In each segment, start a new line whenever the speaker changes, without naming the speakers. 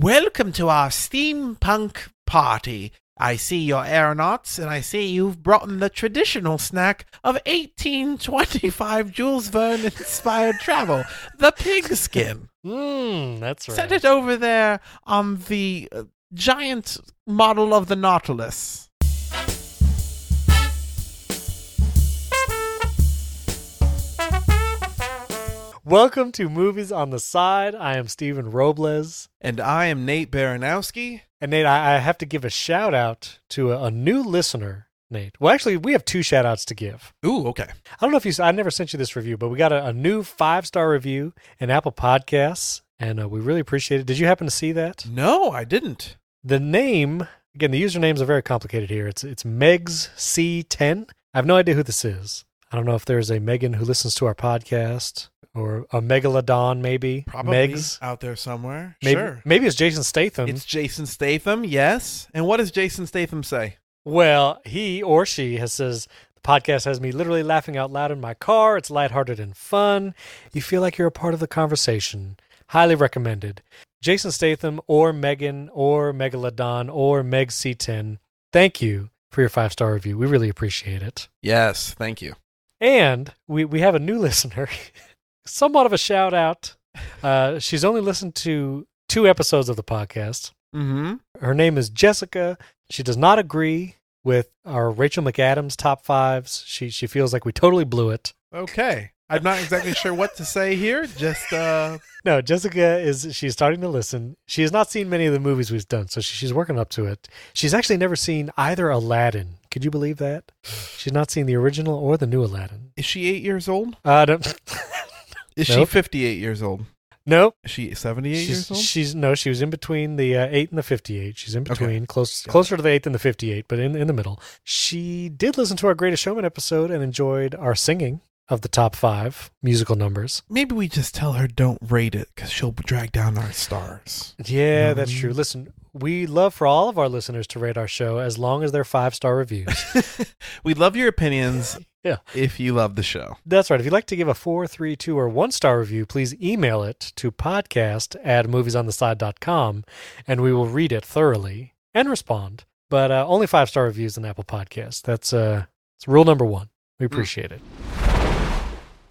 Welcome to our steampunk party. I see your aeronauts, and I see you've brought in the traditional snack of 1825 Jules Verne inspired travel, the pigskin.
Mm, that's right.
Set it over there on the uh, giant model of the Nautilus.
Welcome to Movies on the Side. I am Steven Robles.
And I am Nate Baranowski.
And Nate, I, I have to give a shout out to a, a new listener, Nate. Well, actually, we have two shout outs to give.
Ooh, okay.
I don't know if you, s- I never sent you this review, but we got a, a new five star review in Apple Podcasts, and uh, we really appreciate it. Did you happen to see that?
No, I didn't.
The name, again, the usernames are very complicated here. It's, it's Megs C10. I have no idea who this is. I don't know if there's a Megan who listens to our podcast or a Megalodon, maybe.
Probably
Megs.
out there somewhere.
Maybe,
Sure.
maybe it's Jason Statham.
It's Jason Statham, yes. And what does Jason Statham say?
well, he or she has says the podcast has me literally laughing out loud in my car. It's lighthearted and fun. You feel like you're a part of the conversation. Highly recommended. Jason Statham or Megan or Megalodon or Meg C10. Thank you for your five star review. We really appreciate it.
Yes, thank you.
And we, we have a new listener, somewhat of a shout out. Uh, she's only listened to two episodes of the podcast.
Mm-hmm.
Her name is Jessica. She does not agree with our Rachel McAdams top fives. She she feels like we totally blew it.
Okay. I'm not exactly sure what to say here. Just uh
No, Jessica is she's starting to listen. She has not seen many of the movies we've done, so she, she's working up to it. She's actually never seen either Aladdin. Could you believe that? She's not seen the original or the new Aladdin.
is she eight years old?
Uh, don't,
Is she
Nope.
fifty eight years old?
nope.
Is she seventy eight
She's,
years old?
she's no, she was in between the uh, eight and the fifty-eight. She's in
Okay.
between, close
Got it.
closer to the eight than the fifty-eight, but in in the middle. She did listen to our Greatest Showman episode and enjoyed our singing of the top five musical numbers.
Maybe we just tell her don't rate it because she'll drag down our stars.
Yeah, that's
Mhm.
true. Listen, we love for all of our listeners to rate our show as long as they're five-star reviews.
we love your opinions.
Yeah.
If you love the show.
that's right. If you'd like to give a four, three, two, or one-star review, please email it to podcast at moviesontheside.com, and we will read it thoroughly and respond. But uh, only five-star reviews in Apple Podcasts. That's uh, it's rule number one. We appreciate it.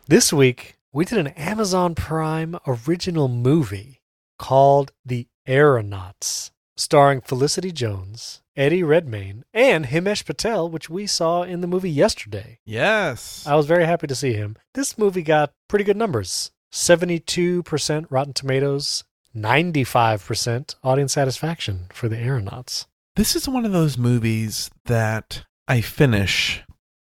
This week we did an Amazon Prime original movie called The Aeronauts, starring Felicity Jones, Eddie Redmayne, and Himesh Patel, which we saw in the movie yesterday.
Yes.
I was very happy to see him. This movie got pretty good numbers 72% Rotten Tomatoes, 95% audience satisfaction for the aeronauts.
This is one of those movies that I finish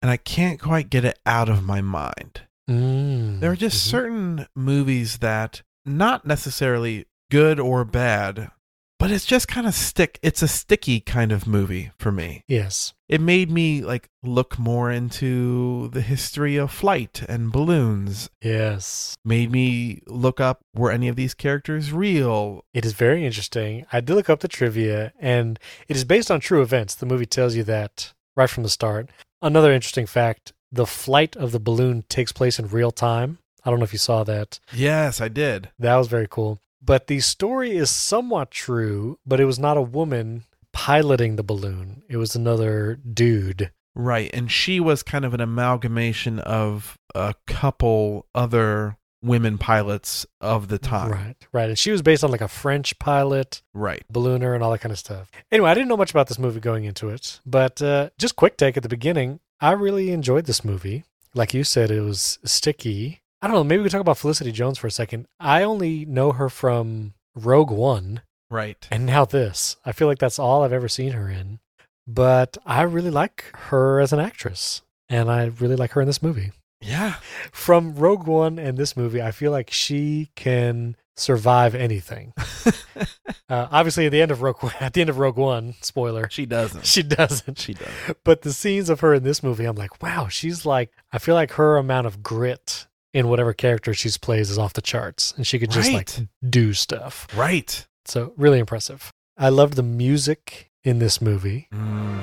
and I can't quite get it out of my mind.
Mm.
There are just
Mhm.
certain movies that not necessarily good or bad, but it's just kind of stick. It's a sticky kind of movie for me.
Yes.
It made me like look more into the history of flight and balloons.
Yes.
Made me look up were any of these characters real?
It is very interesting. I did look up the trivia, and it is based on true events. The movie tells you that right from the start. Another interesting fact the flight of the balloon takes place in real time. I don't know if you saw that.
Yes, I did.
That was very cool. But the story is somewhat true, but it was not a woman piloting the balloon. It was another dude.
Right. And she was kind of an amalgamation of a couple other women pilots of the time.
Right. Right. And she was based on like a French pilot,
Right.
ballooner, and all that kind of stuff. Anyway, I didn't know much about this movie going into it, but uh, just quick take at the beginning. I really enjoyed this movie. Like you said, it was sticky. I don't know. Maybe we could talk about Felicity Jones for a second. I only know her from Rogue One.
Right.
And now this. I feel like that's all I've ever seen her in. But I really like her as an actress. And I really like her in this movie.
Yeah.
From Rogue One and this movie, I feel like she can survive anything. Uh, obviously, at the end of Rogue One, at the end of Rogue One, spoiler,
she doesn't.
she doesn't.
She doesn't.
But the scenes of her in this movie, I'm like, wow, she's like, I feel like her amount of grit in whatever character she's plays is off the charts, and she could just
Right.
like do stuff.
Right.
So really impressive. I loved the music in this movie.
Mm.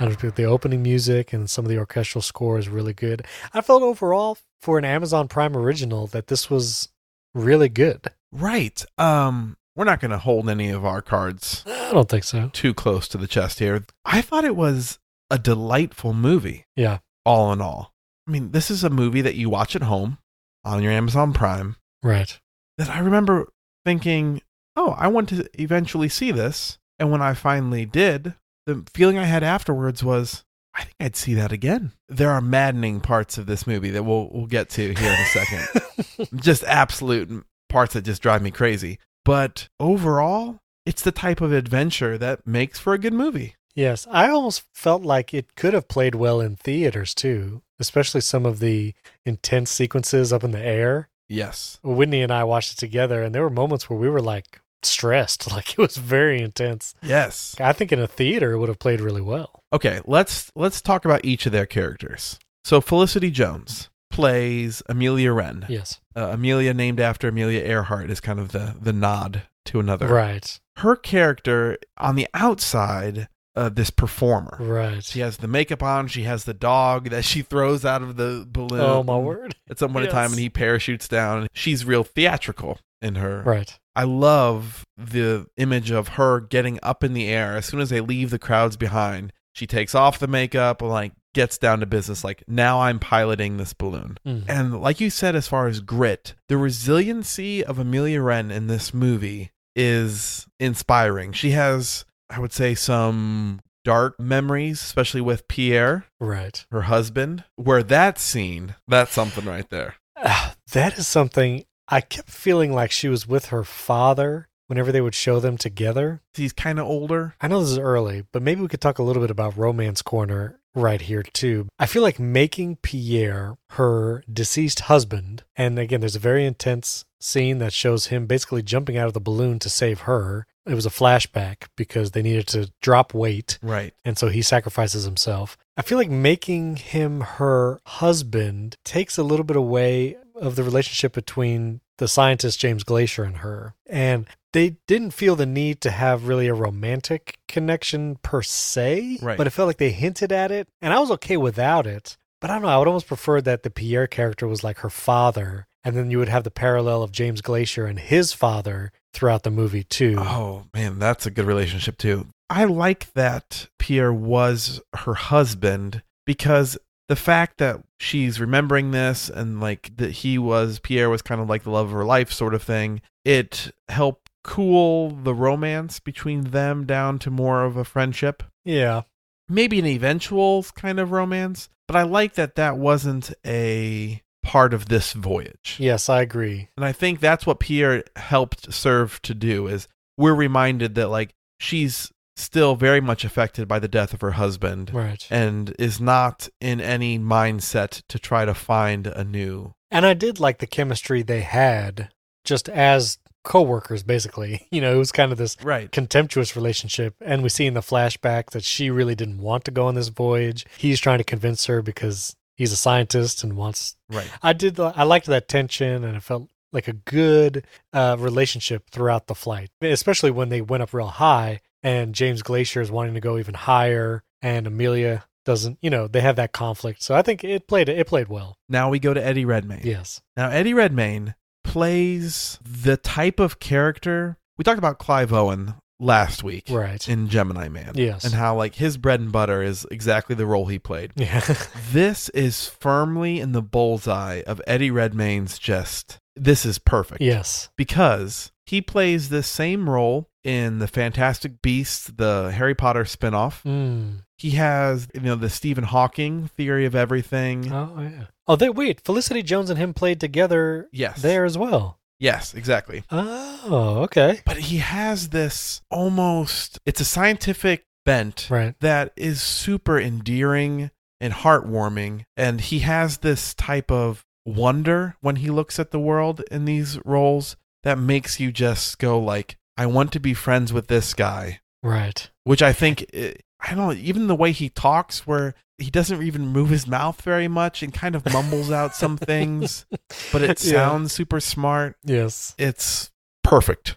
I don't think the opening music and some of the orchestral score is really good. I felt overall for an Amazon Prime original that this was really good.
Right. Um, we're not going to hold any of our cards
I don't think so.
too close to the chest here. I thought it was a delightful movie,
Yeah.
all in all. I mean, this is a movie that you watch at home on your Amazon Prime
Right.
that I remember thinking, oh, I want to eventually see this. And when I finally did, the feeling I had afterwards was, I think I'd see that again. There are maddening parts of this movie that we'll, we'll get to here in a second. just absolute parts that just drive me crazy. But overall, it's the type of adventure that makes for a good movie.
Yes, I almost felt like it could have played well in theaters too, especially some of the intense sequences up in the air.
Yes.
Whitney and I watched it together, and there were moments where we were like stressed, like it was very intense.
Yes.
I think in a theater it would have played really well.
Okay, let's let's talk about each of their characters. So Felicity Jones plays Amelia Wren.
Yes,
Uh, Amelia named after Amelia Earhart is kind of the the nod to another.
right,
Her character on the outside uh, this performer.
right.
She has the makeup on, she has the dog that she throws out of the balloon.
Oh my word!
at some point in
Yes.
time and he parachutes down. She's real theatrical in her.
Right,
I love the image of her getting up in the air as soon as they leave the crowds behind. She takes off the makeup and like gets down to business like now I'm piloting this balloon.
Mm.
And like you said as far as grit, the resiliency of Amelia Wren in this movie is inspiring. She has I would say some dark memories, especially with Pierre,
right.
her husband, where that scene, that's something right there.
Ah, that is something I kept feeling like she was with her father whenever they would show them together.
he's kind of older.
I know this is early, but maybe we could talk a little bit about Romance Corner right here, too. I feel like making Pierre her deceased husband, and again, there's a very intense scene that shows him basically jumping out of the balloon to save her. It was a flashback because they needed to drop weight,
Right.
and so he sacrifices himself. I feel like making him her husband takes a little bit away of the relationship between the scientist James Glacier and her. And they didn't feel the need to have really a romantic connection per se,
Right.
but it felt like they hinted at it. And I was okay without it. But I don't know. I would almost prefer that the Pierre character was like her father. And then you would have the parallel of James Glacier and his father throughout the movie, too.
Oh, man, that's a good relationship too. I like that Pierre was her husband because the fact that she's remembering this and like that he was, Pierre was kind of like the love of her life sort of thing, it helped cool the romance between them down to more of a friendship.
Yeah.
Maybe an eventual kind of romance, but I like that that wasn't a part of this voyage.
Yes, I agree.
And I think that's what Pierre helped serve to do is we're reminded that like she's still very much affected by the death of her husband
Right.
and is not in any mindset to try to find a new
And I did like the chemistry they had just as coworkers basically. You know, it was kind of this
right
contemptuous relationship and we see in the flashback that she really didn't want to go on this voyage. He's trying to convince her because he's a scientist and wants
right
I did I liked that tension and it felt like a good uh, relationship throughout the flight, especially when they went up real high and James Glacier is wanting to go even higher and Amelia doesn't, you know, they have that conflict. So I think it played it played well.
now we go to Eddie Redmayne
Yes.
now Eddie Redmayne plays the type of character we talked about Clive Owen last week
Right.
in Gemini Man
Yes.
and how like his bread and butter is exactly the role he played
Yeah.
This is firmly in the bullseye of Eddie Redmayne's just this is perfect.
yes.
Because he plays this same role in the Fantastic Beasts, the Harry Potter spin-off.
Mm.
He has, you know, the Stephen Hawking theory of everything.
Oh yeah. Oh, they wait. Felicity Jones and him played together
Yes.
there as well.
Yes, exactly.
Oh, okay.
But he has this almost it's a scientific bent
Right.
that is super endearing and heartwarming. And he has this type of wonder when he looks at the world in these roles that makes you just go like, I want to be friends with this guy,
Right.
which I think, eh, I don't know, even the way he talks where he doesn't even move his mouth very much and kind of mumbles out some things, but it
Yeah.
sounds super smart.
Yes.
It's perfect.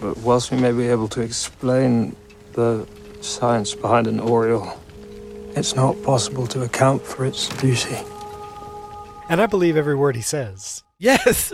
But whilst we may be able to explain the science behind an Oriole. It's not possible to account for its beauty.
And I believe every word he says.
Yes.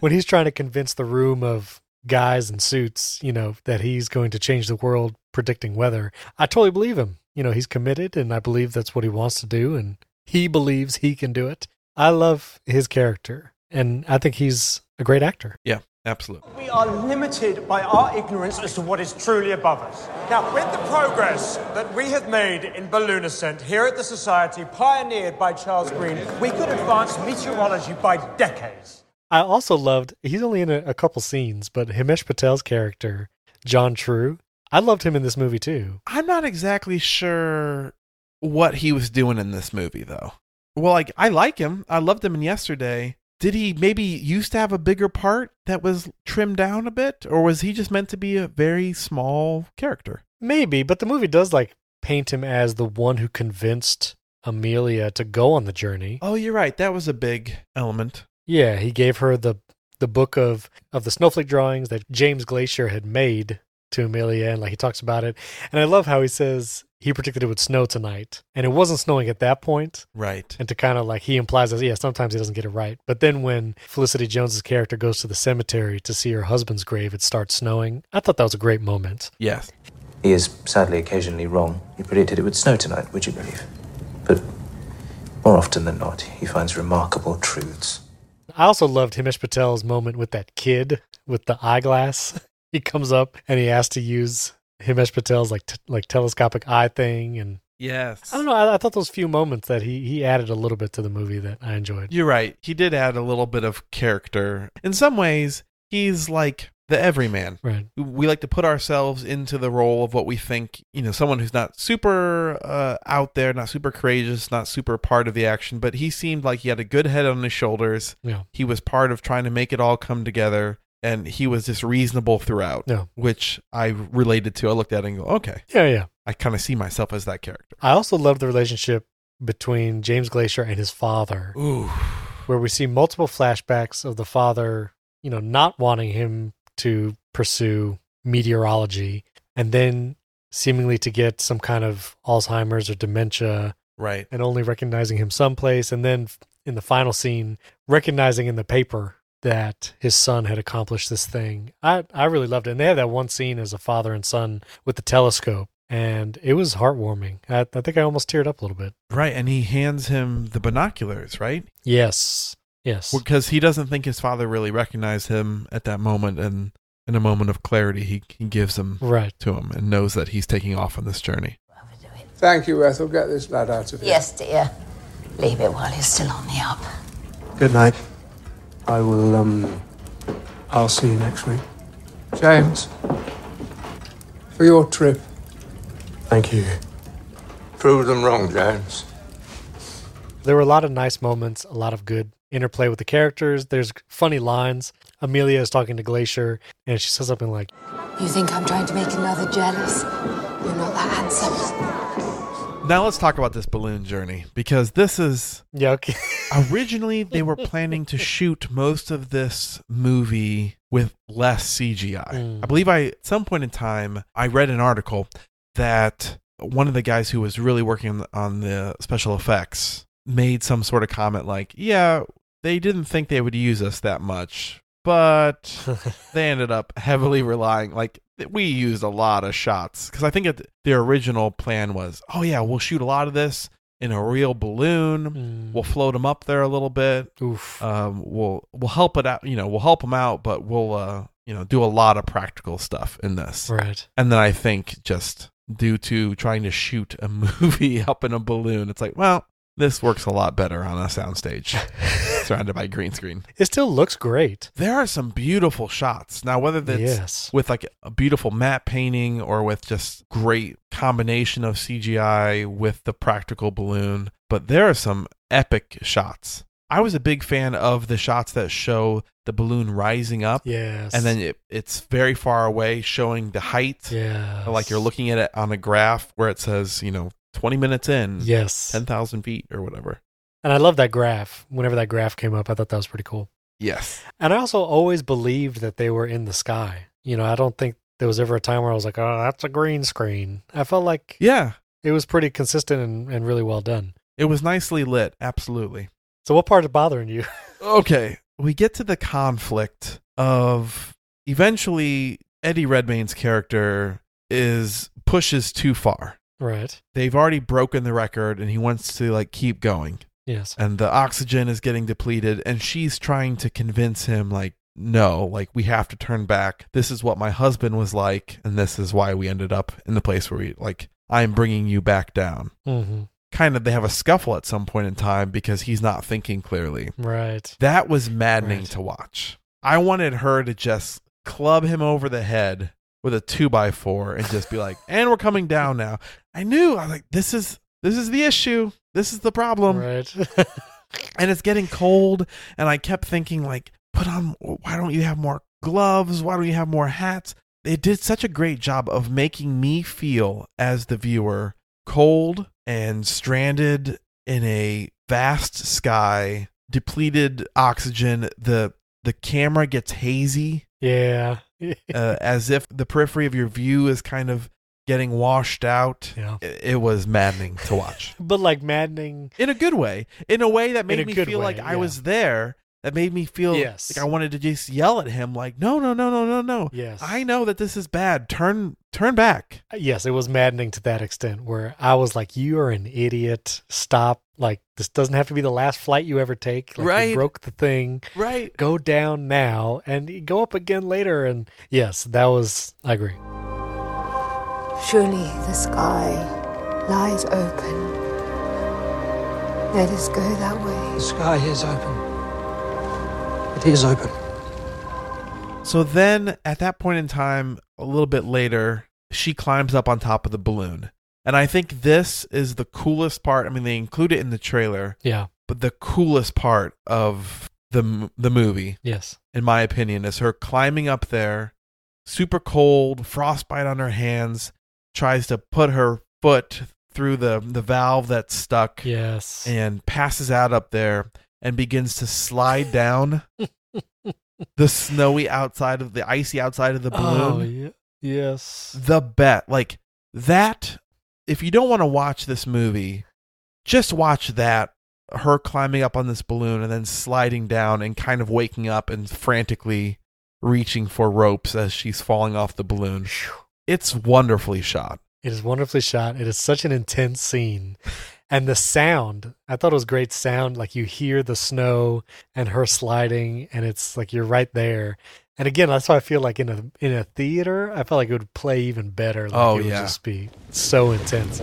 When he's trying to convince the room of guys in suits, you know, that he's going to change the world predicting weather, I totally believe him. You know, he's committed and I believe that's what he wants to do and he believes he can do it. I love his character and I think he's a great actor.
Yeah, absolutely.
We are limited by our ignorance as to what is truly above us. Now, with the progress that we have made in balloon ascent here at the Society, pioneered by Charles Green, we could advance meteorology by decades.
I also loved, he's only in a, a couple scenes, but Himesh Patel's character, John True, I loved him in this movie too.
I'm not exactly sure what he was doing in this movie, though. Well, like I like him. I loved him in yesterday. Did he maybe used to have a bigger part that was trimmed down a bit, or was he just meant to be a very small character?
Maybe, but the movie does like paint him as the one who convinced Amelia to go on the journey.
Oh, you're right. That was a big element.
Yeah, he gave her the the book of of the snowflake drawings that James Glacier had made to Amelia, and like he talks about it. And I love how he says he predicted it would snow tonight, and it wasn't snowing at that point.
Right.
And to kind of like he implies that yeah, sometimes he doesn't get it right. But then when Felicity Jones's character goes to the cemetery to see her husband's grave, it starts snowing. I thought that was a great moment.
Yes.
He is sadly occasionally wrong. He predicted it would snow tonight, would you believe? But more often than not, he finds remarkable truths.
I also loved Himesh Patel's moment with that kid with the eyeglass. He comes up and he has to use Himesh Patel's like t- like telescopic eye thing, and
Yes.
I don't know. I, I thought those few moments that he he added a little bit to the movie that I enjoyed.
You're right. He did add a little bit of character. In some ways, he's like the everyman.
Right.
We like to put ourselves into the role of what we think, you know, someone who's not super uh, out there, not super courageous, not super part of the action, but he seemed like he had a good head on his shoulders.
Yeah.
He was part of trying to make it all come together, and he was just reasonable throughout,
Yeah.
which I related to. I looked at it and go, okay,
Yeah. Yeah.
I kind of see myself as that character.
I also loved the relationship between James Glacier and his father,
Ooh.
where we see multiple flashbacks of the father, you know, not wanting him to pursue meteorology, and then seemingly to get some kind of Alzheimer's or dementia,
Right.
and only recognizing him someplace. And then in the final scene, recognizing in the paper that his son had accomplished this thing. I, I really loved it. And they had that one scene as a father and son with the telescope, and it was heartwarming. I, I think I almost teared up a little bit.
Right. And he hands him the binoculars, right?
Yes. Yes.
because he doesn't think his father really recognized him at that moment and in a moment of clarity he, he gives them
right.
to him and knows that he's taking off on this journey
Thank you, Ethel. Get this lad out of here.
Yes, dear. Leave it while he's still on the up.
Good night. I will, um, I'll see you next week.
James, for your trip.
Thank you.
Prove them wrong, James.
There were a lot of nice moments, a lot of good interplay with the characters. There's funny lines. Amelia is talking to Glacier, and she says something like,
You think I'm trying to make another jealous? You're not that handsome.
now let's talk about this balloon journey because this is
Yeah, okay.
originally they were planning to shoot most of this movie with less CGI. I believe I at some point in time I read an article that one of the guys who was really working on the special effects made some sort of comment like, "Yeah, they didn't think they would use us that much, but they ended up heavily relying like th- we used a lot of shots because i think it, their original plan was oh yeah we'll shoot a lot of this in a real balloon we'll float them up there a little bit
Oof.
um we'll we'll help it out you know we'll help them out but we'll uh you know do a lot of practical stuff in this
right.
and then i think just due to trying to shoot a movie up in a balloon it's like well this works a lot better on a soundstage surrounded by green screen
It still looks great.
there are some beautiful shots now whether that's
Yes.
with like a beautiful matte painting or with just great combination of cgi with the practical balloon but there are some epic shots i was a big fan of the shots that show the balloon rising up
Yes.
and then it, it's very far away showing the height
yeah,
like you're looking at it on a graph where it says you know 20 minutes in
Yes.
10000 feet or whatever
and I love that graph. Whenever that graph came up, I thought that was pretty cool.
yes
And I also always believed that they were in the sky. You know, I don't think there was ever a time where I was like, oh, that's a green screen. I felt like
Yeah,
it was pretty consistent and, and really well done.
it was nicely lit. Absolutely.
So, what part is bothering you?
Okay, we get to the conflict of eventually Eddie Redmayne's character is pushes too far.
right.
They've already broken the record, and he wants to like keep going.
Yes.
and the oxygen is getting depleted and she's trying to convince him like no like we have to turn back this is what my husband was like and this is why we ended up in the place where we like i'm bringing you back down
hmm
kind of they have a scuffle at some point in time because he's not thinking clearly
Right.
that was maddening
Right.
to watch i wanted her to just club him over the head with a two by four and just be like and we're coming down now i knew i was like this is this is the issue this is the problem
right.
and it's getting cold and i kept thinking like put on why don't you have more gloves why don't you have more hats they did such a great job of making me feel as the viewer cold and stranded in a vast sky depleted oxygen the the camera gets hazy
yeah.
uh, as if the periphery of your view is kind of getting washed out
Yeah.
it, it was maddening to watch
but like maddening.
in a good way, in a way that
In a
made me
good
feel
way,
like I
yeah.
was there. That made me feel
Yes.
like I wanted to just yell at him, like, no, no, no, no, no, no.
Yes.
I know that this is bad. Turn, turn back.
Yes, it was maddening to that extent where I was like, you are an idiot. Stop. Like, this doesn't have to be the last flight you ever take. Like, You
Right.
broke the thing.
Right.
Go down now and go up again later. And yes, that was, I agree.
Surely the sky lies open. Let us go that way.
The sky is open. It is open.
So then, at that point in time, a little bit later, she climbs up on top of the balloon, and I think this is the coolest part. I mean, they include it in the trailer,
Yeah.
but the coolest part of the m- the movie
Yes.
in my opinion, is her climbing up there, super cold, frostbite on her hands, tries to put her foot through the, the valve that's stuck
Yes.
and passes out up there and begins to slide down the snowy outside of the icy outside of the
Oh,
balloon.
ye- yes.
The bet. Like that, if you don't want to watch this movie, just watch that. Her climbing up on this balloon and then sliding down and kind of waking up and frantically reaching for ropes as she's falling off the balloon. It's wonderfully shot.
It is wonderfully shot. It is such an intense scene. And the sound, I thought it was great sound. Like you hear the snow and her sliding, and it's like you're right there. And again, that's why I feel like in a in a theater, I felt like it would play even better. Like
Oh,
it would
yeah.
just be so intense.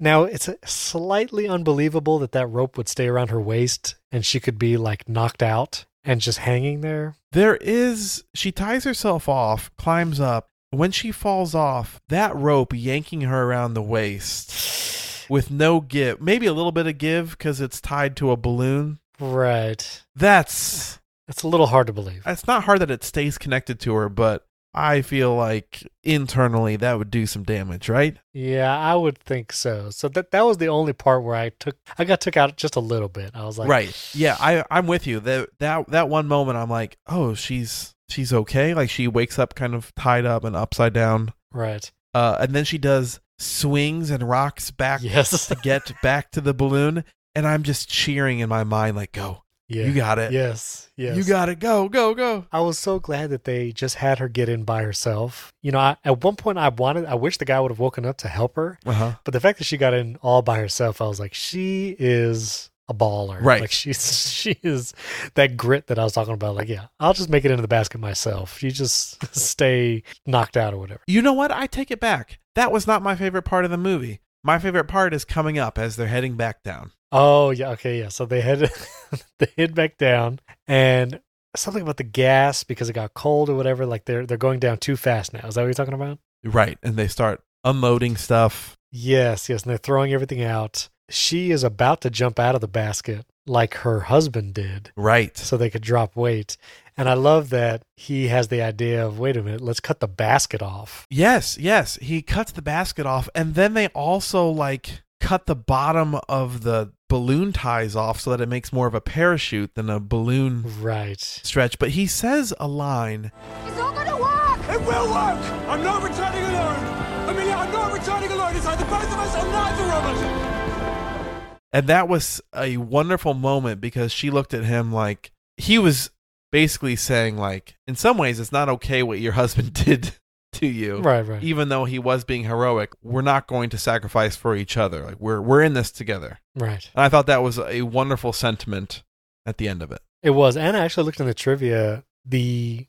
Now it's slightly unbelievable that that rope would stay around her waist and she could be like knocked out and just hanging there.
There is, she ties herself off, climbs up. When she falls off, that rope yanking her around the waist with no give, maybe a little bit of give because it's tied to a balloon.
Right.
That's
It's a little hard to believe.
it's not hard that it stays connected to her, but I feel like internally that would do some damage, right?
Yeah, I would think so. So that that was the only part where I took I got took out just a little bit. I was like,
right. Yeah, I I'm with you. That that that one moment I'm like, "Oh, she's she's okay." Like she wakes up kind of tied up and upside down.
right,
Uh and then she does swings and rocks back
yes,
to get back to the balloon, and I'm just cheering in my mind like, "Go.
yeah,
You got it.
yes, yes.
You got it. Go, go, go."
I was so glad that they just had her get in by herself. You know, I, at one point I wanted, I wish the guy would have woken up to help her,
Uh-huh.
but the fact that she got in all by herself, I was like, she is a baller,
Right.
Like she's she is that grit that I was talking about. Like, yeah, I'll just make it into the basket myself. You just stay knocked out or whatever.
You know what? I take it back. That was not my favorite part of the movie. My favorite part is coming up as they're heading back down.
Oh yeah, okay, yeah. So they head they head back down and something about the gas because it got cold or whatever, like they're they're going down too fast now. Is that what you're talking about?
Right. And they start unloading stuff.
Yes, yes, and they're throwing everything out. She is about to jump out of the basket like her husband did
Right.
so they could drop weight. And I love that he has the idea of wait a minute, let's cut the basket off.
Yes, yes. He cuts the basket off and then they also like cut the bottom of the balloon ties off so that it makes more of a parachute than a
Hmm.
balloon
Mm-hmm. Right.
stretch. But he says a line
It's not gonna work!
It will work! I'm not returning alone! Amelia, I'm not returning alone! It's either both of us or neither of us!
And that was a wonderful moment because she looked at him like he was basically saying like in some ways it's not okay what your husband did to you.
Right, right.
Even though he was being heroic, we're not going to sacrifice for each other. Like we're we're in this together.
Right.
And I thought that was a wonderful sentiment at the end of it.
It was. And I actually looked in the trivia. The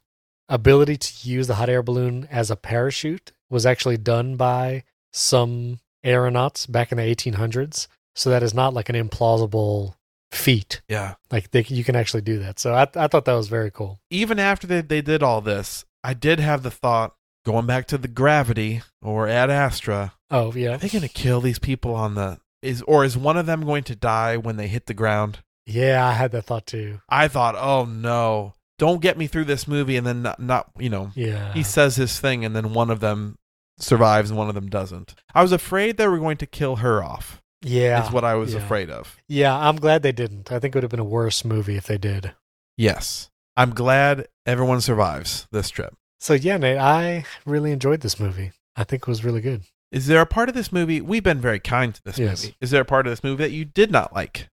ability to use the hot air balloon as a parachute was actually done by some aeronauts back in the 1800s. So that is not like an implausible feat.
Yeah.
Like they, you can actually do that. So I, I thought that was very cool.
even after they, they did all this, I did have the thought going back to the gravity or Ad Astra.
Oh, yeah.
Are they going to kill these people on the is or is one of them going to die when they hit the ground?
Yeah, I had that thought too.
I thought, oh no, don't get me through this movie, and then not, not you know
Yeah.
he says his thing, and then one of them survives and one of them doesn't. I was afraid they were going to kill her off.
yeah.
Is what I was
yeah.
afraid of.
Yeah, I'm glad they didn't. I think it would have been a worse movie if they did.
Yes, I'm glad everyone survives this trip.
So yeah, Nate, I really enjoyed this movie. I think it was really good.
Is there a part of this movie we've been very kind to this
Yes.
movie? Is there a part of this movie that you did not like?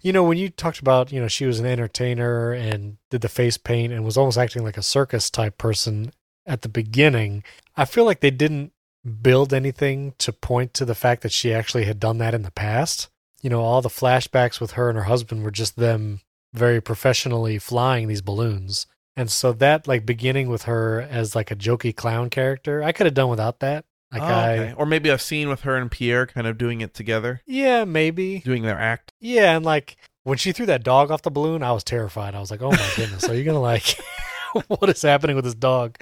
You know, when you talked about, you know, she was an entertainer and did the face paint and was almost acting like a circus type person at the beginning, I feel like they didn't build anything to point to the fact that she actually had done that in the past. You know, all the flashbacks with her and her husband were just them very professionally flying these balloons. And so that like beginning with her as like a jokey clown character, I could have done without that. Like
Oh,
I
okay. or maybe a scene with her and Pierre kind of doing it together,
Yeah, maybe.
doing their act.
Yeah, and like when she threw that dog off the balloon, I was terrified. I was like, "Oh my goodness, are you gonna like what is happening with this dog?"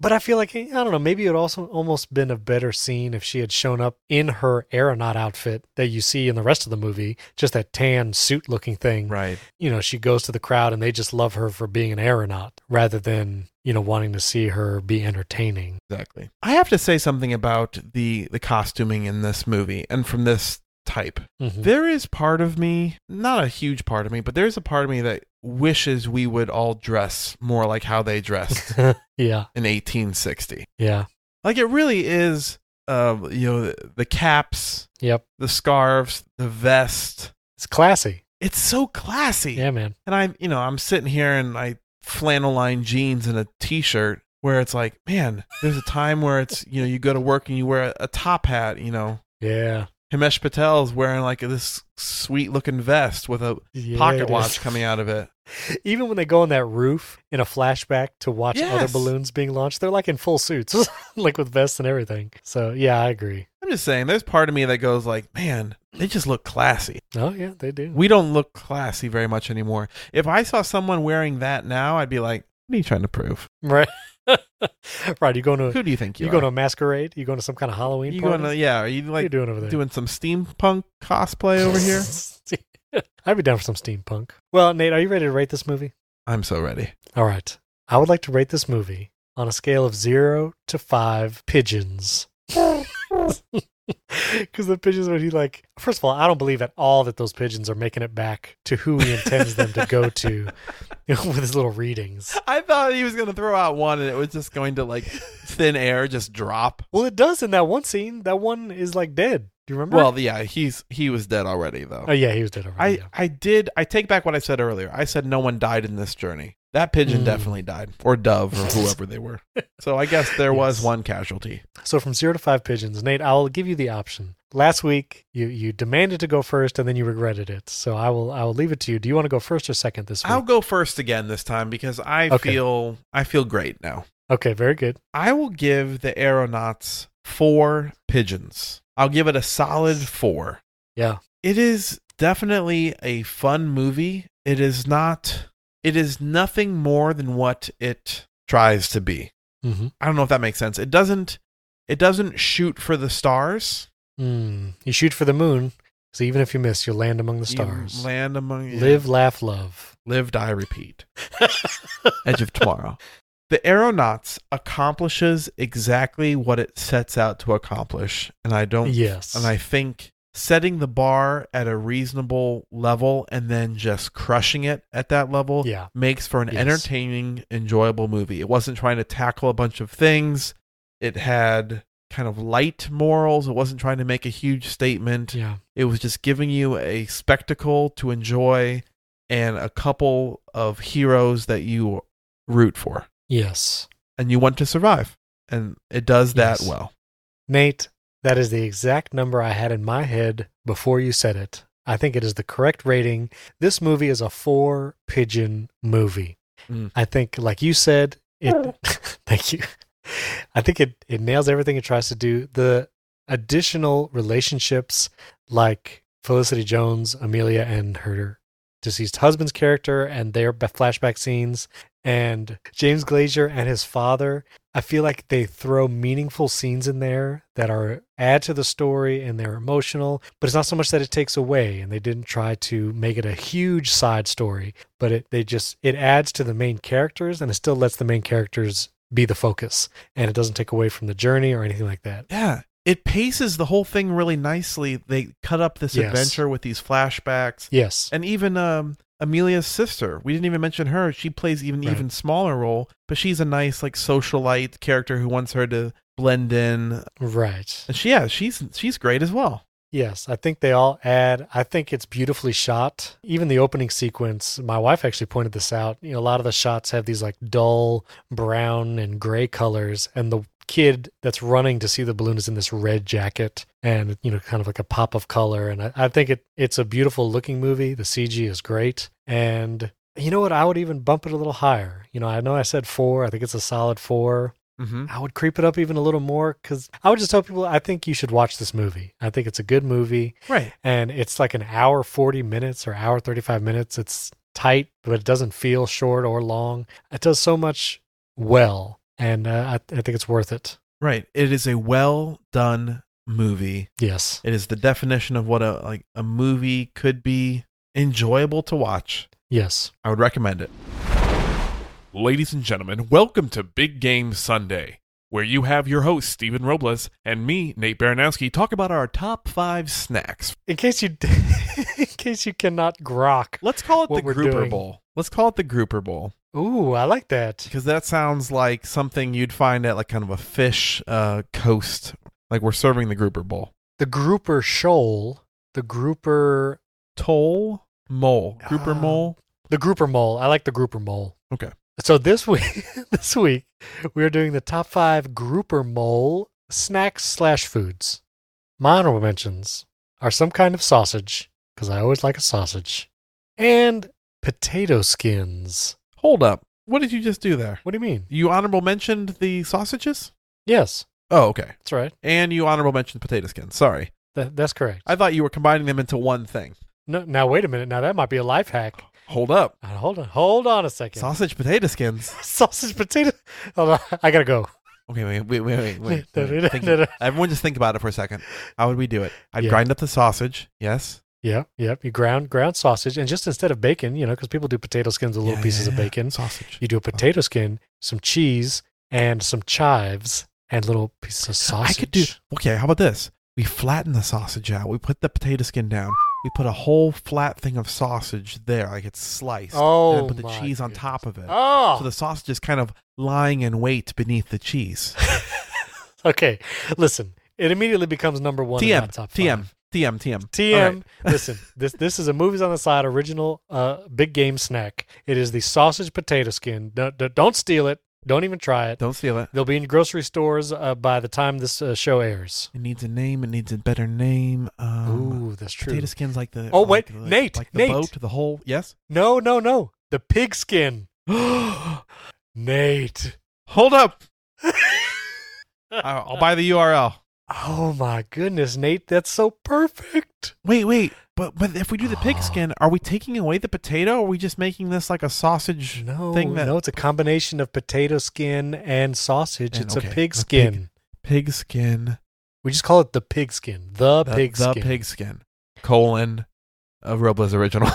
But I feel like eh, I don't know. Maybe it would also almost been a better scene if she had shown up in her aeronaut outfit that you see in the rest of the movie, just that tan suit looking thing.
Right.
You know, she goes to the crowd and they just love her for being an aeronaut rather than you know wanting to see her be entertaining.
Exactly. I have to say something about the the costuming in this movie and from this type.
Mhm.
There is part of me, not a huge part of me, but there's a part of me that wishes we would all dress more like how they dressed
yeah,
in 1860.
yeah,
Like it really is uh you know the, the caps,
yep.
the scarves, the vest.
It's classy.
It's so classy.
Yeah, man.
and I, you know, I'm sitting here in my flannel line jeans and a t-shirt where it's like, man, there's a time where it's, you know, you go to work and you wear a, a top hat, you know.
Yeah.
Himesh Patel's wearing like this sweet looking vest with a
Yeah, it
pocket
is.
watch coming out of it.
Even when they go on that roof in a flashback to watch
Yes.
other balloons being launched, they're like in full suits, like with vests and everything. So yeah, I agree.
I'm just saying, there's part of me that goes like, man, they just look classy.
Oh yeah, they do.
We don't look classy very much anymore. If I saw someone wearing that now, I'd be like, what are you trying to prove?
right, right. You going to
Who do you think you,
Uh, you,
are?
going to a masquerade? You going to some kind of Halloween
you
party?
going to, yeah, are you
what are you
like
doing over there?
doing some steampunk cosplay over here?
I'd be down for some steampunk. Well, Nate, are you ready to rate this movie?
I'm so ready.
All right. I would like to rate this movie on a scale of zero to five pigeons. Because the pigeons would be like, first of all, I don't believe at all that those pigeons are making it back to who he intends them to go to with his little readings.
I thought he was going to throw out one and it was just going to like thin air just drop.
Well, it does in that one scene. That one is like dead. Do you remember?
Well, yeah, he's he was dead already though.
oh, yeah, he was dead already.
I
yeah.
I did I take back what I said earlier. I said no one died in this journey. That pigeon
Mm.
definitely died or dove or whoever they were. So I guess there was
Yes.
one casualty.
So from zero to five pigeons, Nate, I'll give you the option. Last week, you, you demanded to go first, and then you regretted it. So I will I will leave it to you. Do you want to go first or second this week?
I'll go first again this time because I
Okay.
feel I feel great now.
okay, very good.
I will give the aeronauts 4 pigeons. I'll give it a solid 4.
Yeah.
it is definitely a fun movie. It is not it is nothing more than what it tries to be.
Mm-hmm.
I don't know if that makes sense. It doesn't it doesn't shoot for the stars.
Mm. You shoot for the moon, so even if you miss, you'll land among the
You
stars.
land among
Live, laugh, love.
live die repeat. Edge of tomorrow. The Aeronauts accomplishes exactly what it sets out to accomplish and I don't
yes.
and I think setting the bar at a reasonable level and then just crushing it at that level
Yeah.
makes for an
Yes.
entertaining, enjoyable movie. It wasn't trying to tackle a bunch of things. It had kind of light morals. It wasn't trying to make a huge statement.
Yeah.
It was just giving you a spectacle to enjoy and a couple of heroes that you root for
Yes.
and you want to survive. And it does that
Yes.
well.
Nate, that is the exact number I had in my head before you said it. I think it is the correct rating. This movie is a four pigeon movie.
Mm.
I think, like you said, it. thank you. I think it, it nails everything it tries to do. The additional relationships, like Felicity Jones, Amelia, and her deceased husband's character, and their b- flashback scenes, and James Glazier and his father, I feel like they throw meaningful scenes in there that are add to the story and they're emotional, but it's not so much that it takes away and they didn't try to make it a huge side story, but it they just it adds to the main characters and it still lets the main characters be the focus and it doesn't take away from the journey or anything like that.
Yeah. It paces the whole thing really nicely. They cut up this
Yes.
adventure with these flashbacks.
Yes.
And even um, Amelia's sister, we didn't even mention her. She plays even
Right.
even smaller role, but she's a nice like socialite character who wants her to blend in.
Right.
And she yeah, she's she's great as well.
Yes, I think they all add. I think it's beautifully shot. Even the opening sequence, my wife actually pointed this out. You know, a lot of the shots have these like dull brown and gray colors, and the kid that's running to see the balloon is in this red jacket and you know kind of like a pop of color and I, I think it it's a beautiful looking movie the cg is great and you know what i would even bump it a little higher you know i know i said four i think it's a solid four
Mm-hmm.
I would creep it up even a little more because I would just tell people I think you should watch this movie. I think it's a good movie,
Right.
and it's like an hour forty minutes or hour thirty five minutes. It's tight, but it doesn't feel short or long. It does so much well, and uh, I, I think it's worth it.
Right. It is a well done movie.
Yes,
It is the definition of what a like a movie could be enjoyable to watch.
yes,
I would recommend it. Ladies and gentlemen, welcome to Big Game Sunday, where you have your host, Steven Robles, and me, Nate Baranowski, talk about our top five snacks.
in case you in case you cannot grok.
Let's call it
What
the
we're
Grouper
doing.
Bowl. Let's call it the Grouper Bowl
Ooh, I like that.
because that sounds like something you'd find at like kind of a fish uh, coast. Like we're serving the Grouper Bowl.
The grouper shoal, the grouper,
Toll mole. Grouper
Ah.
mole.
the grouper mole. I like the grouper mole.
Okay.
So this week, this week we are doing the top five grouper mole snacks slash foods. My honorable mentions are some kind of sausage because I always like a sausage, and potato skins.
Hold up. What did you just do there?
What do you mean?
You honorable mentioned the sausages?
Yes,
Oh, okay.
that's right.
And you honorable mentioned potato skin. Sorry.
Th- that's correct.
I thought you were combining them into one thing.
No, now wait a minute. Now that might be a life hack.
Hold up.
Uh, Hold on. Hold on a second.
Sausage potato skins.
sausage potato. Hold on. I gotta go.
Okay, wait, wait, wait, wait. wait,
No,
wait.
no, no,
Think-
no, no.
Everyone just think about it for a second. How would we do it? I'd
Yeah.
grind up the sausage. Yes.
Yep, yep. You ground ground sausage, and just instead of bacon, you know, because people do potato skins with little
Yeah,
pieces
yeah,
of
yeah.
bacon.
Sausage.
You do a potato skin, some cheese, and some chives, and little pieces of
I
sausage.
could do. Okay, how about this? We flatten the sausage out. We put the potato skin down. We put a whole flat thing of sausage there, like it's sliced. And
Oh,
then put the
my
cheese on
goodness.
top of it.
Oh,
So the sausage is kind of lying in wait beneath the cheese.
okay. Listen, it immediately becomes number one in my
TM,
top
TM,
five.
TM, TM. All
TM.
right.
Listen, this this is a movies on the side original uh, big game snack. It is the sausage potato skin. Don't, don't- don't steal it. Don't even try it.
Don't steal it.
They'll be in grocery stores uh, by the time this uh, show airs.
It needs a name. It needs a better name. Um,
Ooh, that's true.
potato skins like the
Oh,
like
wait,
the-
Nate,
like the
Nate.
boat, the whole yes.
No, no, no. The pigskin. Nate.
Hold up, I'll, I'll buy the URL.
Oh my goodness, Nate, that's so perfect.
Wait, wait, but but if we do the pig skin, are we taking away the potato? Or are we just making this like a sausage
No,
thing that
no, it's a combination of potato skin and sausage.
And
it's
okay,
a
a
pig
pig-
skin.
pig skin,
We just call it the pig skin. The,
the,
pig
the
skin.
pig skin colon of Robles original.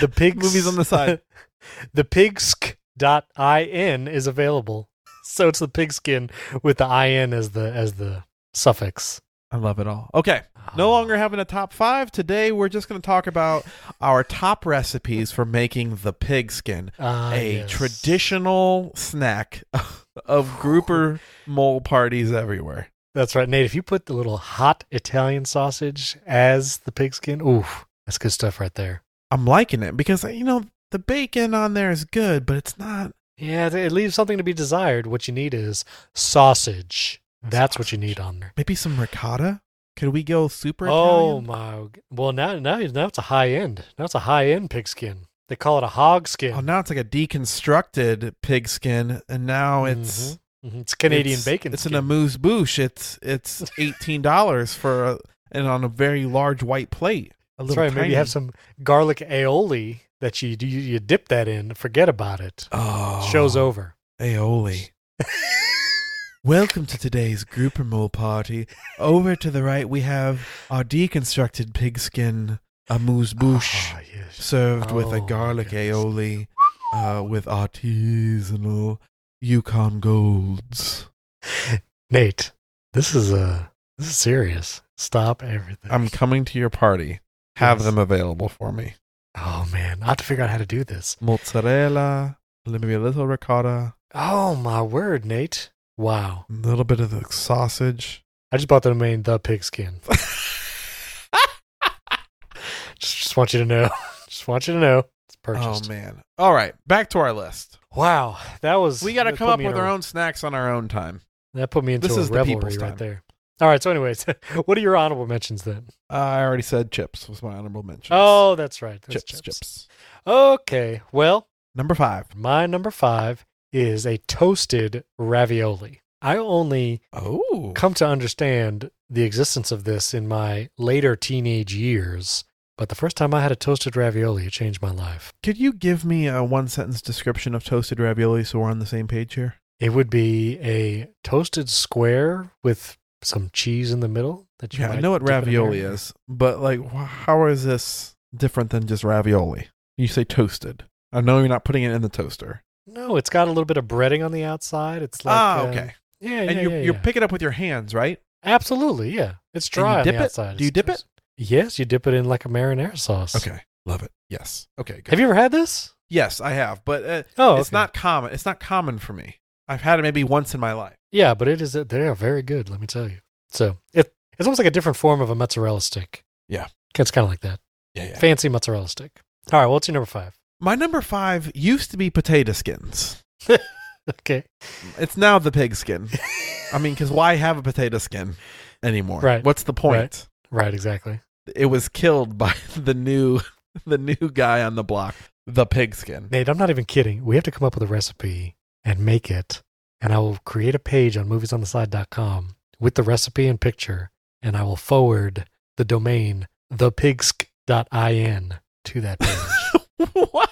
The pig
Movies on the side.
the pigsk dot in is available. So it's the pigskin with the in as the as the suffix.
I love it all. Okay, No
Ah.
longer having a top five. Today, we're just going to talk about our top recipes for making the pigskin,
Ah,
a
yes.
traditional snack of grouper mole parties everywhere.
That's right, Nate. If you put the little hot Italian sausage as the pigskin, oof, that's good stuff right there.
I'm liking it because, you know, the bacon on there is good, but it's not.
Yeah, it- it leaves something to be desired. What you need is sausage. That's what you need on there.
Maybe some ricotta? Could we go super
Oh
Italian?
my! g- Well, now now now it's a high end. Now it's a high end pigskin. They call it a hog skin.
Oh, now it's like a deconstructed pigskin, and now it's.
Mhm. Mhm. It's Canadian
it's,
bacon.
It's
skin.
an amuse bouche. It's it's eighteen dollars for a, and on a very large white plate. A
That's
little
right. Maybe you have
tiny-
some garlic aioli that you do. You, you dip that in. Forget about it.
oh,
Show's over.
aioli. Welcome to today's grouper mole party. Over to the right, we have our deconstructed pigskin amuse bouche
Ah, yes.
served with
Oh,
a
my
garlic
goodness.
aioli uh, with artisanal Yukon golds.
Nate, this is uh this is serious. Stop everything.
I'm coming to your party. Have
Yes.
them available for me.
Oh man, I have to figure out how to do this.
mozzarella, maybe a little ricotta,
Oh my word, Nate. Wow.
a little bit of the sausage.
I just bought the domain the pigskin. just, just want you to know. Just want you to know. It's purchased.
Oh man! All right, back to our list.
Wow. That was
We got to
that
come
put
up
me in
with
a-
our own snacks on our own time.
That put me into
This
a
is the
revelry
people's
right
time.
there. All right, so anyways, what are your honorable mentions then?
Uh, I already said chips was my honorable mention.
Oh, that's right. That's
chips, chips,
Okay. Well,
Number five.
my number 5 is a toasted ravioli. I only
Oh,
come to understand the existence of this in my later teenage years, but the first time I had a toasted ravioli, it changed my life.
could you give me a one sentence description of toasted ravioli so we're on the same page here?
It would be a toasted square with some cheese in the middle that you
Yeah, I
might
know what
dip in a
ravioli
marinara.
is, but like, wh- how is this different than just ravioli? You say toasted. I know you're not putting it in the toaster.
No, it's got a little bit of breading on the outside. It's like
ah,
uh,
okay.
Yeah,
and
yeah,
you
yeah,
you
yeah.
pick it up with your hands, right?
Absolutely, yeah. It's
And you
dry on
dip
the
it?
outside.
Do you
It's
dip it?
toast. Yes, you dip it in like a marinara sauce.
Okay, love it. Yes. Okay. Good.
Have you ever had this?
Yes, I have, but uh,
Oh,
it's
okay.
not common. It's not common for me. I've had it maybe once in my life.
Yeah, but it is. They are very good. Let me tell you. So it it's almost like a different form of a mozzarella stick.
Yeah.
it's kind of like that.
Yeah,
Fancy mozzarella stick. All right. well, What's your number five?
My number five used to be potato skins.
Okay.
It's now the pig skin. I mean, because why have a potato skin anymore?
Right.
What's the point?
Right. Exactly.
It was killed by the new the new guy on the block, the pig skin.
Nate, I'm not even kidding. We have to come up with a recipe and make it. And I will create a page on moviesontheside.com with the recipe and picture, and I will forward the domain thepigsk.in to that page.
what?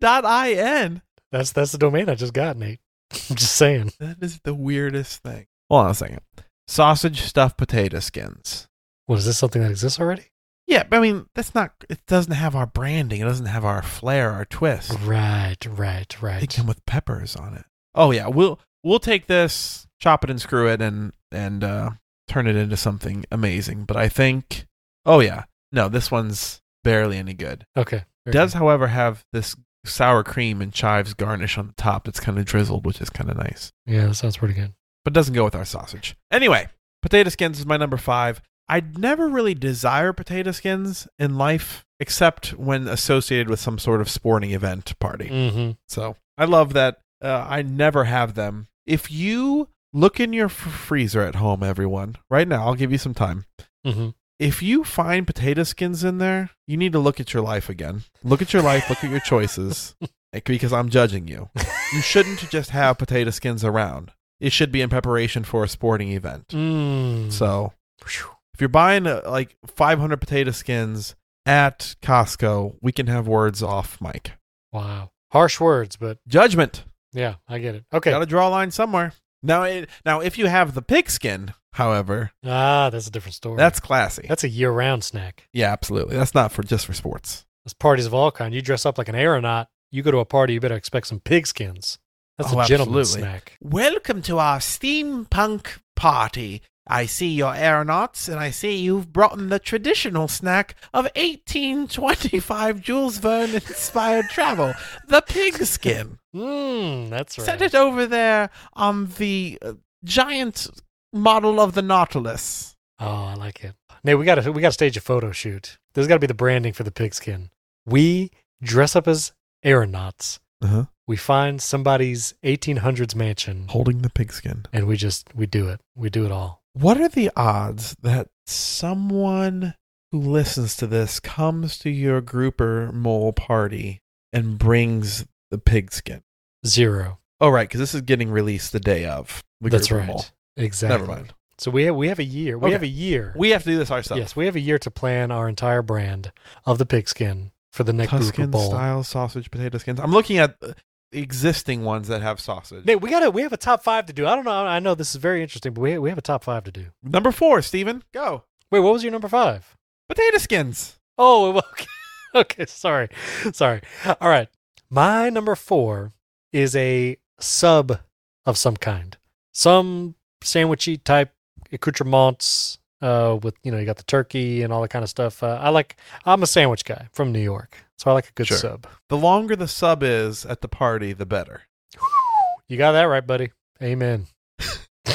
Dot I N.
that's that's the domain I just got, Nate. I'm just saying.
That is the weirdest thing. Hold on a second. Sausage stuffed potato skins.
What is this something that exists already?
Yeah, but I mean, that's not, it doesn't have our branding. It doesn't have our flair, our twist.
Right, right,
They
right.
come with peppers on it. Oh, yeah. We'll, we'll take this, chop it and screw it and, and, uh, turn it into something amazing. But I think, oh, yeah. No, this one's barely any good.
Okay. very
Does,
good.
however, have this sour cream and chives garnish on the top that's kind of drizzled, which is kind of nice.
yeah, that sounds pretty good.
but doesn't go with our sausage. Anyway, potato skins is my number five. I never really desire potato skins in life, except when associated with some sort of sporting event party.
Mm-hmm.
So I love that uh, I never have them. If you look in your f- freezer at home, everyone, right now, I'll give you some time.
Mm-hmm.
If you find potato skins in there, you need to look at your life again. Look at your life, look at your choices, like, because I'm judging you. You shouldn't just have potato skins around. It should be in preparation for a sporting event.
Mm.
So if you're buying uh, like 500 potato skins at Costco, we can have words off mic.
Wow. Harsh words, but
Judgment.
yeah, I get it. Okay.
Got to draw a line somewhere. Now, it, now if you have the pig skin, however,
ah, that's a different story.
that's classy.
that's a year-round snack.
yeah, absolutely. That's not for just for sports.
There's parties of all kind. You dress up like an aeronaut. You go to a party, you better expect some pigskins. That's
Oh,
a gentleman's
absolutely.
snack.
Welcome to our steampunk party. I see your aeronauts, and I see you've brought in the traditional snack of 1825 Jules Verne inspired travel, the pigskin.
Mm, that's right.
Set it over there on the uh, giant model of the Nautilus.
Oh, I like it. Nate, we gotta we gotta stage a photo shoot. There's gotta be the branding for the pigskin. We dress up as aeronauts.
Uh-huh.
We find somebody's 1800s mansion,
Holding the pigskin.
and we just we do it. We do it all.
What are the odds that someone who listens to this comes to your grouper mole party and brings the pigskin?
Zero.
Oh, right, because this is getting released the day of. The
That's
grouper
right.
mole.
Exactly.
Never mind.
So we have we have a year. We
Okay.
have a year.
We have to do this ourselves.
yes, we have a year to plan our entire brand of the pigskin for the next group
Tuscan
of bowl.
style sausage potato skins. I'm looking at uh, existing ones that have sausage.
Nate, we gotta we have a top five to do. I don't know. I know this is very interesting, but we we have a top five to do.
Number four, Steven, go.
Wait, what was your number five?
Potato skins.
Oh, it wa- okay. okay, sorry, sorry. All right, my number four is a sub of some kind, some sandwichy type accoutrements. Uh, with you know, you got the turkey and all that kind of stuff. Uh, I like. I'm a sandwich guy from New York, so I like a good
Sure.
sub.
The longer the sub is at the party, the better.
You got that right, buddy. Amen.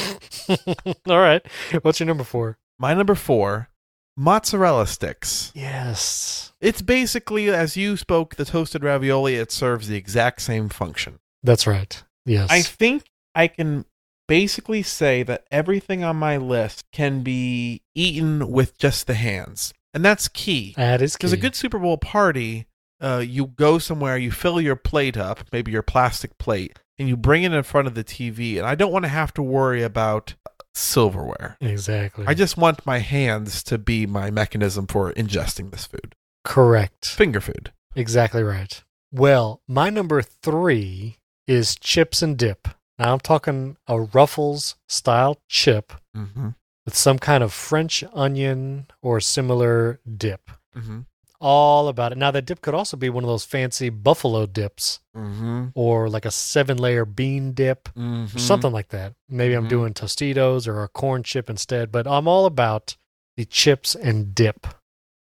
all right, what's your number four?
My number four, mozzarella sticks.
Yes,
It's basically, as you spoke, the toasted ravioli. It serves the exact same function.
that's right. Yes,
I think I can basically say that everything on my list can be eaten with just the hands. And that's key.
that is
Because a
key.
good Super Bowl party, uh, you go somewhere, you fill your plate up, maybe your plastic plate, and you bring it in front of the TV. And I don't want to have to worry about silverware.
Exactly.
I just want my hands to be my mechanism for ingesting this food.
correct.
Finger food.
Exactly right. Well, my number three is chips and dip. Now I'm talking a Ruffles style chip
Mm-hmm.
with some kind of French onion or similar dip.
Mm-hmm.
All about it. Now that dip could also be one of those fancy buffalo dips
Mm-hmm.
or like a seven layer bean dip.
Mm-hmm.
or Something like that. Maybe I'm
Mhm.
doing Tostitos or a corn chip instead, but I'm all about the chips and dip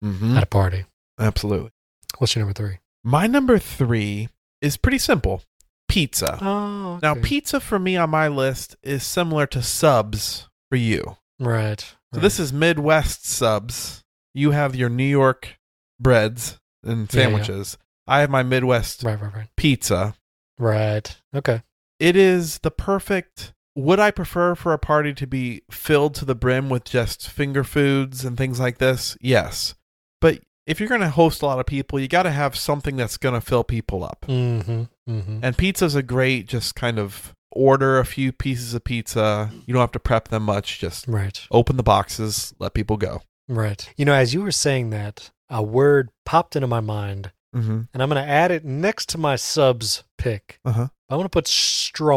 Mm-hmm.
at a party.
Absolutely.
What's your number three?
My number three is pretty simple pizza.
Oh,
Now, pizza for me on my list is similar to subs for you.
Right.
So
right.
this is Midwest subs. You have your New York breads and
Yeah, yeah.
sandwiches. I have my Midwest
right, right, right.
pizza.
Right. Okay.
It is the perfect. Would I prefer for a party to be filled to the brim with just finger foods and things like this? Yes. But if you're going to host a lot of people, you got to have something that's going to fill people up.
Mm-hmm. Mm-hmm.
And pizza's a great just kind of order a few pieces of pizza. You don't have to prep them much. Just
Right.
open the boxes, let people go.
Right. You know, as you were saying that, a word popped into my mind,
Mm-hmm.
and I'm going to add it next to my subs pick.
Uh huh.
I want to put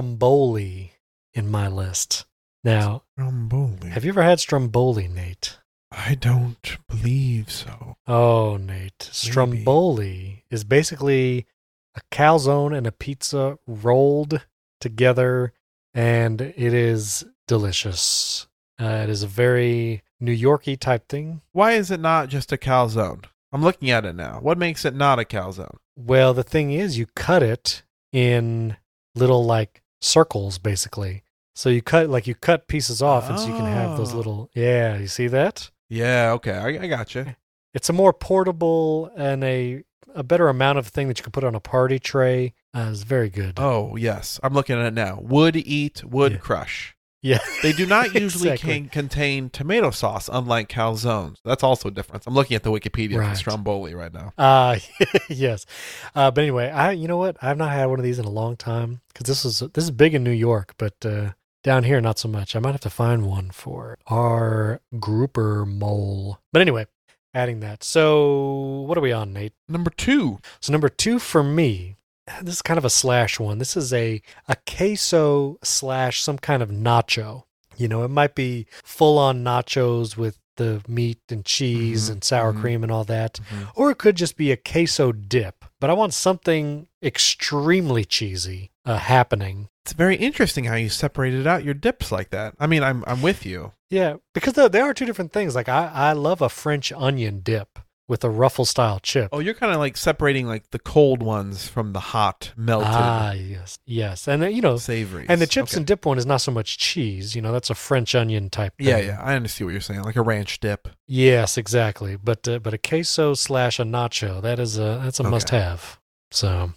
Stromboli in my list. Now,
Stromboli.
have you ever had Stromboli, Nate?
I don't believe so.
Oh, Nate. Stromboli is basically a calzone and a pizza rolled together, and it is delicious. Uh, it is a very New Yorky type thing.
Why is it not just a calzone? I'm looking at it now. What makes it not a calzone?
Well, the thing is, you cut it in little like circles, basically. So you cut like you cut pieces off, and so you can have those
Oh.
little. Yeah, you see that?
Yeah, okay, I, I gotcha.
It's a more portable and a a better amount of thing that you can put on a party tray. Uh, it's very good.
Oh yes, I'm looking at it now. Wood eat, wood
Yeah.
crush.
yeah,
They do not usually
Exactly.
can contain tomato sauce, unlike calzones. That's also a difference. I'm looking at the Wikipedia for
Right.
Stromboli right now.
Uh yes. Uh but anyway, I you know what? I've not had one of these in a long time cuz this is this is big in New York, but uh down here not so much. I might have to find one for our grouper mole. But anyway, adding that. So, what are we on, Nate?
Number two.
So number 2 for me, this is kind of a slash one. This is a a queso slash some kind of nacho. You know, it might be full on nachos with the meat and cheese and sour cream and all that. Or it could just be a queso dip. But I want something extremely cheesy uh, happening.
It's very interesting how you separated out your dips like that. I mean, I'm I'm with you.
Yeah, because the, they are two different things. Like I, I love a French onion dip with a ruffle style chip.
Oh, you're kind of like separating like the cold ones from the hot melted
ah, yes, yes, and uh, you know,
savory.
and the chips and dip one is not so much cheese. You know, that's a French onion type. Thing.
yeah, yeah, I understand what you're saying, like a ranch dip.
Yes, exactly. But uh, but a queso slash a nacho that is a that's a
Okay.
must have. So,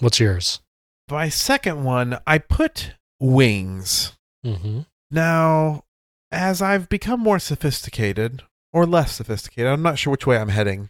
what's yours?
My second one, I put wings.
Mm-hmm.
Now, as I've become more sophisticated or less sophisticated, I'm not sure which way I'm heading.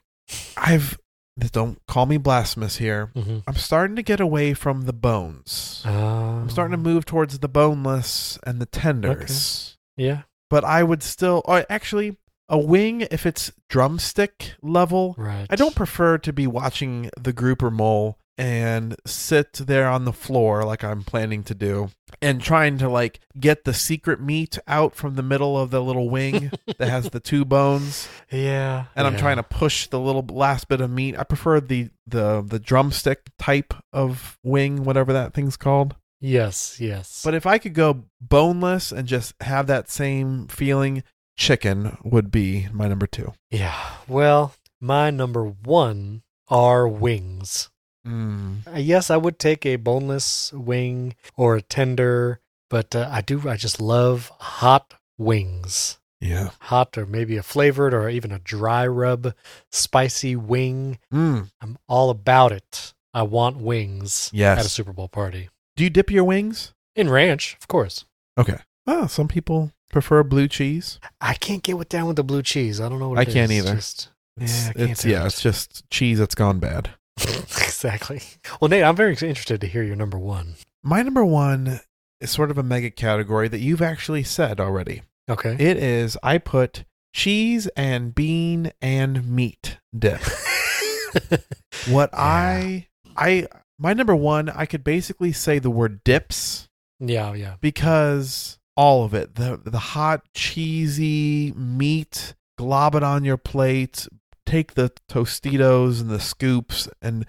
I've don't call me blasphemous here.
Mm-hmm.
I'm starting to get away from the bones. I'm starting
Um,
to move towards the boneless and the tenders.
Yeah.
But I would still, or actually, a wing if it's drumstick level.
Right.
I don't prefer to be watching the grouper mole and sit there on the floor like I'm planning to do and trying to like get the secret meat out from the middle of the little wing that has the two bones
Yeah.
and I'm trying to push the little last bit of meat. I prefer the the the drumstick type of wing, whatever that thing's called.
Yes. Yes.
But if I could go boneless and just have that same feeling, chicken would be my number 2.
yeah. Well, my number one are wings.
Mm.
Uh, Yes, I would take a boneless wing or a tender, but uh, I do. I just love hot wings.
Yeah.
Hot, or maybe a flavored, or even a dry rub, spicy wing.
Mm.
I'm all about it. I want wings
Yes.
at a Super Bowl party.
Do you dip your wings?
In ranch, of course.
Okay. Oh, some people prefer blue cheese.
I can't get with down with the blue cheese. I don't know what
I
it is.
can't
It's
either.
just- yeah, I can't
it's
do
yeah,
it.
it's just cheese that's gone bad.
exactly. Well, Nate, I'm very interested to hear your number one.
My number 1 is sort of a mega category that you've actually said already.
Okay.
It is I put cheese and bean and meat dip. what I I my number 1, I could basically say the word dips
yeah, yeah.
because all of it the the hot cheesy meat glob it on your plate take the tostitos and the scoops and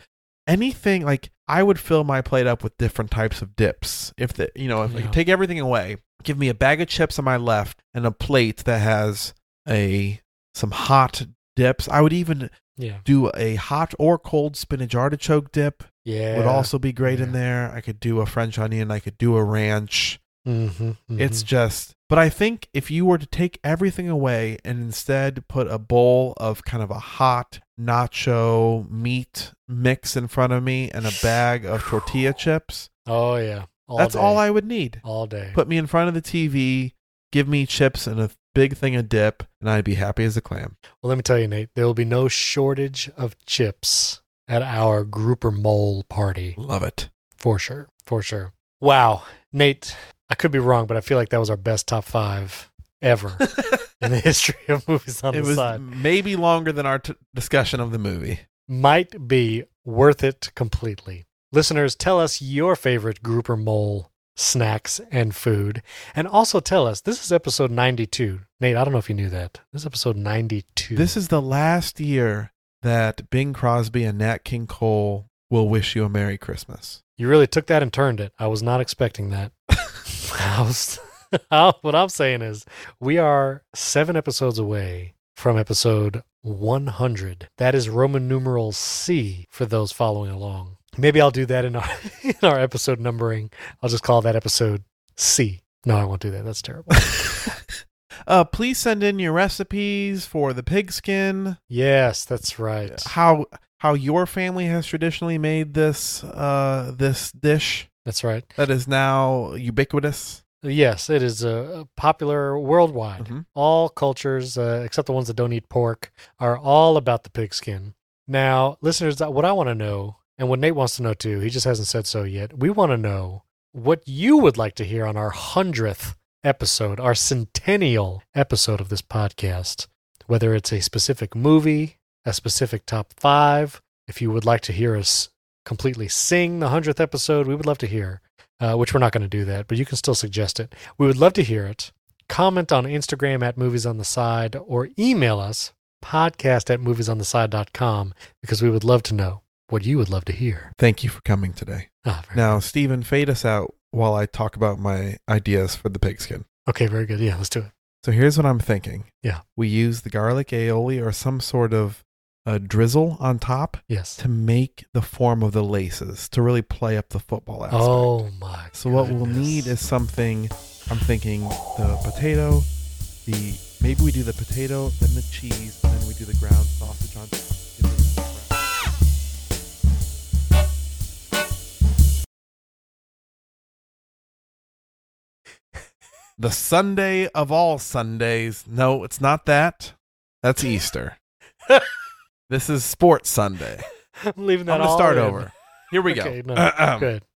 anything like i would fill my plate up with different types of dips if the you know if I
Yeah.
could take everything away give me a bag of chips on my left and a plate that has a some hot dips i would even
Yeah.
do a hot or cold spinach artichoke dip
Yeah.
would also be great in
Yeah.
there i could do a french onion i could do a ranch
Mm-hmm,
it's just, but I think if you were to take everything away and instead put a bowl of kind of a hot nacho meat mix in front of me and a bag of tortilla chips,
oh yeah. All
that's
day.
all I would need.
all day.
Put me in front of the TV, give me chips and a big thing of dip, and I'd be happy as a clam.
well, let me tell you, Nate, there will be no shortage of chips at our grouper mole party
Love it.
for sure. For sure. Wow, Nate, I could be wrong, but I feel like that was our best top five ever in the history of movies on
it
the
was
side.
maybe longer than our t- discussion of the movie.
might be worth it completely. Listeners, tell us your favorite grouper mole snacks and food. And also tell us this is episode 92. Nate, I don't know if you knew that. This is episode 92.
This is the last year that Bing Crosby and Nat King Cole will wish you a Merry Christmas.
You really took that and turned it. I was not expecting that. I was, what I'm saying is, we are seven episodes away from episode 100. That is Roman numeral C for those following along. Maybe I'll do that in our in our episode numbering. I'll just call that episode C. No, I won't do that. That's terrible.
Uh, please send in your recipes for the pigskin.
yes, that's right.
How how your family has traditionally made this uh this dish
That's right.
that is now ubiquitous.
Yes, it is uh, popular worldwide.
Mhm.
All cultures, uh, except the ones that don't eat pork, are all about the pigskin. Now, listeners, uh, what I want to know, and what Nate wants to know too, he just hasn't said so yet. We want to know what you would like to hear on our hundredth episode, our centennial episode of this podcast. Whether it's a specific movie, a specific top five, if you would like to hear us completely sing the hundredth episode, we would love to hear uh, which we're not going to do that, but you can still suggest it. We would love to hear it. comment on Instagram at Movies on the Side or email us podcast at moviesontheside.com because we would love to know what you would love to hear.
Thank you for coming today.
Ah, very-
Now, Stephen, fade us out while I talk about my ideas for the pigskin.
Okay, very good. Yeah, let's do it.
So here's what I'm thinking.
Yeah.
We use the garlic aioli or some sort of uh, drizzle on top
Yes.
to make the form of the laces to really play up the football aspect.
Oh my.
So what we'll
goodness.
need is something. I'm thinking the potato, the maybe we do the potato, then the cheese, and then we do the ground sausage on. The Sunday of all Sundays. No, it's not that. That's Easter. this is Sports Sunday.
I'm leaving that
I'm gonna
all
start
in.
over. Here we
Okay,
go. Uh-uh.
no,
Ahem.
good.